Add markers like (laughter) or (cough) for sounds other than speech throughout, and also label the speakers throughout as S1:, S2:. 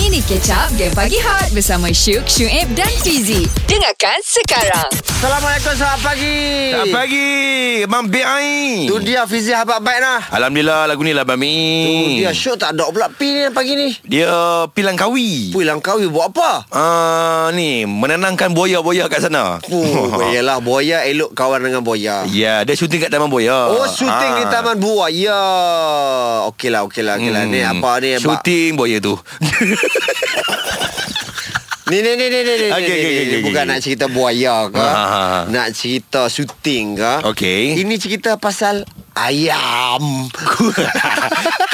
S1: Mari catch up Game Pagi Hot Bersama Syuk, Syuib dan Fizi Dengarkan sekarang
S2: Assalamualaikum, selamat pagi. Eh.
S3: Selamat pagi Abang Biai
S2: Tu dia Fizi habak baik lah.
S3: Alhamdulillah lagu ni lah Abang
S2: Hmm.
S3: Mi
S2: Dia syok tak ada pula pi ni pagi ni.
S3: Dia uh, pilang kawi
S2: Pui langkawi buat apa?
S3: Ah Ni Menenangkan boya-boya kat sana
S2: Oh,
S3: (laughs)
S2: baiklah Boya elok kawan dengan Boya.
S3: Ya Ha. Dia syuting kat Taman Ah. Boya
S2: Oh, syuting di Taman Buah. Ya. Okeylah, okeylah, okeylah. Hmm. Ni apa ni? Abang?
S3: Syuting boya tu (laughs)
S2: Ni ni ni ni ni. ni, ni, ni,
S3: Okey, okey, okey,
S2: ni.
S3: okey,
S2: Bukan
S3: okey.
S2: nak cerita buaya ke?
S3: Ah, ah, ah.
S2: Nak cerita syuting ke?
S3: Okey.
S2: Ini cerita pasal ayam.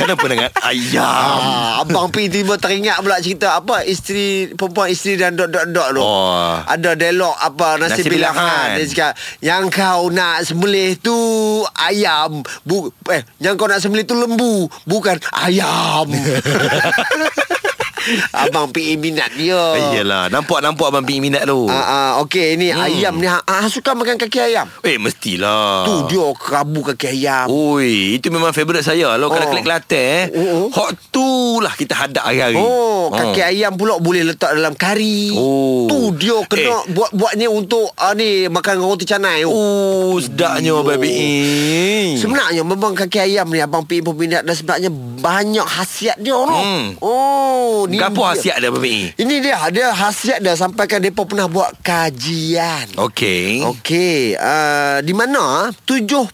S3: Kenapa dengan ayam
S2: (laughs) Ah, abang Pi tiba teringat pula cerita apa isteri perempuan isteri dan dot dot dot tu.
S3: Oh.
S2: Ada dialog apa nasi,
S3: Nasi bilangan.
S2: bilangan. Dia cakap yang kau nak sembelih tu ayam. Bu, eh yang kau nak sembelih tu lembu bukan ayam. abang Pi minat dia.
S3: Iyalah Nampak-nampak Abang Mi minat tu
S2: Ah, ah, okey ni hmm. ayam ni ah, ah, suka makan kaki ayam.
S3: Eh mestilah
S2: Tu dia kerabu kaki ayam.
S3: Oi, itu memang favourite saya. Kalau oh.
S2: Oh.
S3: kalau klik Kelantan eh,
S2: Oh, oh.
S3: hot tu lah kita hadap hari-hari.
S2: Oh, kaki
S3: Ah.
S2: ayam pula boleh letak dalam kari.
S3: Oh.
S2: Tu dia kena
S3: Eh.
S2: buat buatnya untuk uh, ni makan dengan roti canai tu.
S3: Oh, sedapnya
S2: Yo.
S3: baby. E. Hmm.
S2: Sebenarnya memang kaki ayam ni abang Pin peminat dan sebenarnya banyak khasiat dia orang.
S3: Hmm.
S2: Oh, ni
S3: Gapo
S2: dia.
S3: hasiat dia baby. E?
S2: Ini dia, dia khasiat dah sampaikan depa pernah buat kajian.
S3: Oh, Okey.
S2: Okey, uh, di mana 70%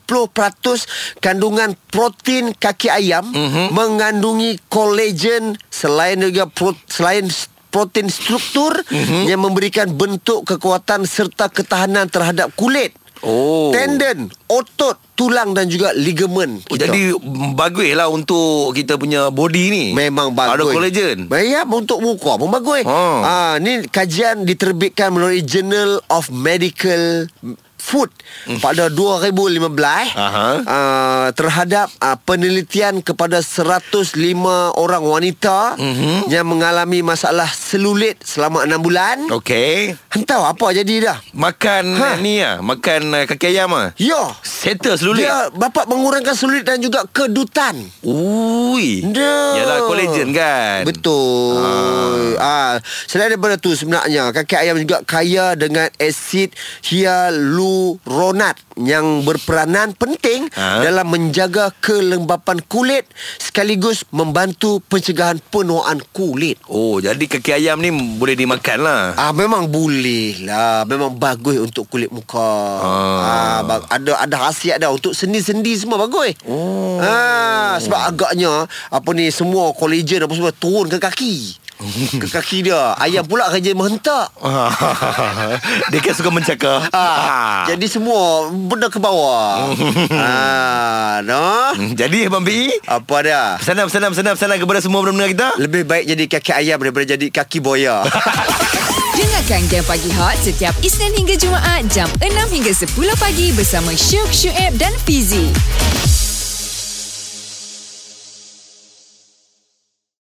S2: kandungan protein kaki ayam
S3: Mhm.
S2: mengandungi kolagen selain juga pro, selain s- protein struktur
S3: Mhm.
S2: yang memberikan bentuk kekuatan serta ketahanan terhadap kulit,
S3: Oh.
S2: tendon, otot, tulang dan juga ligamen.
S3: Oh,
S2: kita.
S3: jadi mm, bagus lah untuk kita punya body ni.
S2: Memang bagus.
S3: Ada collagen.
S2: Ya, untuk muka pun bagus.
S3: Ha.
S2: Ah, ni kajian diterbitkan melalui Journal of Medical Food pada 2015
S3: Hmm. Aha.
S2: ah, terhadap ah, penelitian kepada 105 orang wanita
S3: Mhm.
S2: yang mengalami masalah selulit selama 6 bulan.
S3: Oh. Okey.
S2: Entah apa jadi dah.
S3: Makan
S2: Ha.
S3: ha. ni lah. Makan uh, kaki ayam lah.
S2: Ya.
S3: Settle selulit.
S2: Dia dapat mengurangkan selulit dan juga kedutan.
S3: Ui.
S2: Dia.
S3: Yalah, collagen kan.
S2: Betul. Ah. selain daripada tu sebenarnya kaki ayam juga kaya dengan asid hyaluronat yang berperanan penting
S3: Ah.
S2: dalam menjaga kelembapan kulit sekaligus membantu pencegahan penuaan kulit.
S3: Oh, jadi kaki ayam ni boleh dimakan
S2: (laughs)
S3: lah.
S2: Ah memang boleh lah Memang bagus untuk kulit muka ah.
S3: Ah.
S2: ba- Ada ada khasiat dah Untuk sendi-sendi semua bagus oh. ah, Sebab agaknya Apa ni semua kolagen apa semua Turun ke (laughs) kaki Ke kaki dia Ayam pula kerja menghentak
S3: Dia kan suka mencakar.
S2: ah. Jadi semua benda ke (laughs) bawah ah, no?
S3: Hmm, Jadi Abang Bi,
S2: Apa dia
S3: pesanan pesanan pesanan pesanan kepada semua pendengar kita.
S2: Lebih baik jadi kaki ayam Daripada jadi kaki (laughs) boya
S1: Dengarkan Game Pagi Hot Setiap Isnin hingga Jumaat Jam 6 hingga 10 pagi Bersama Syuk, Syuib dan Fizi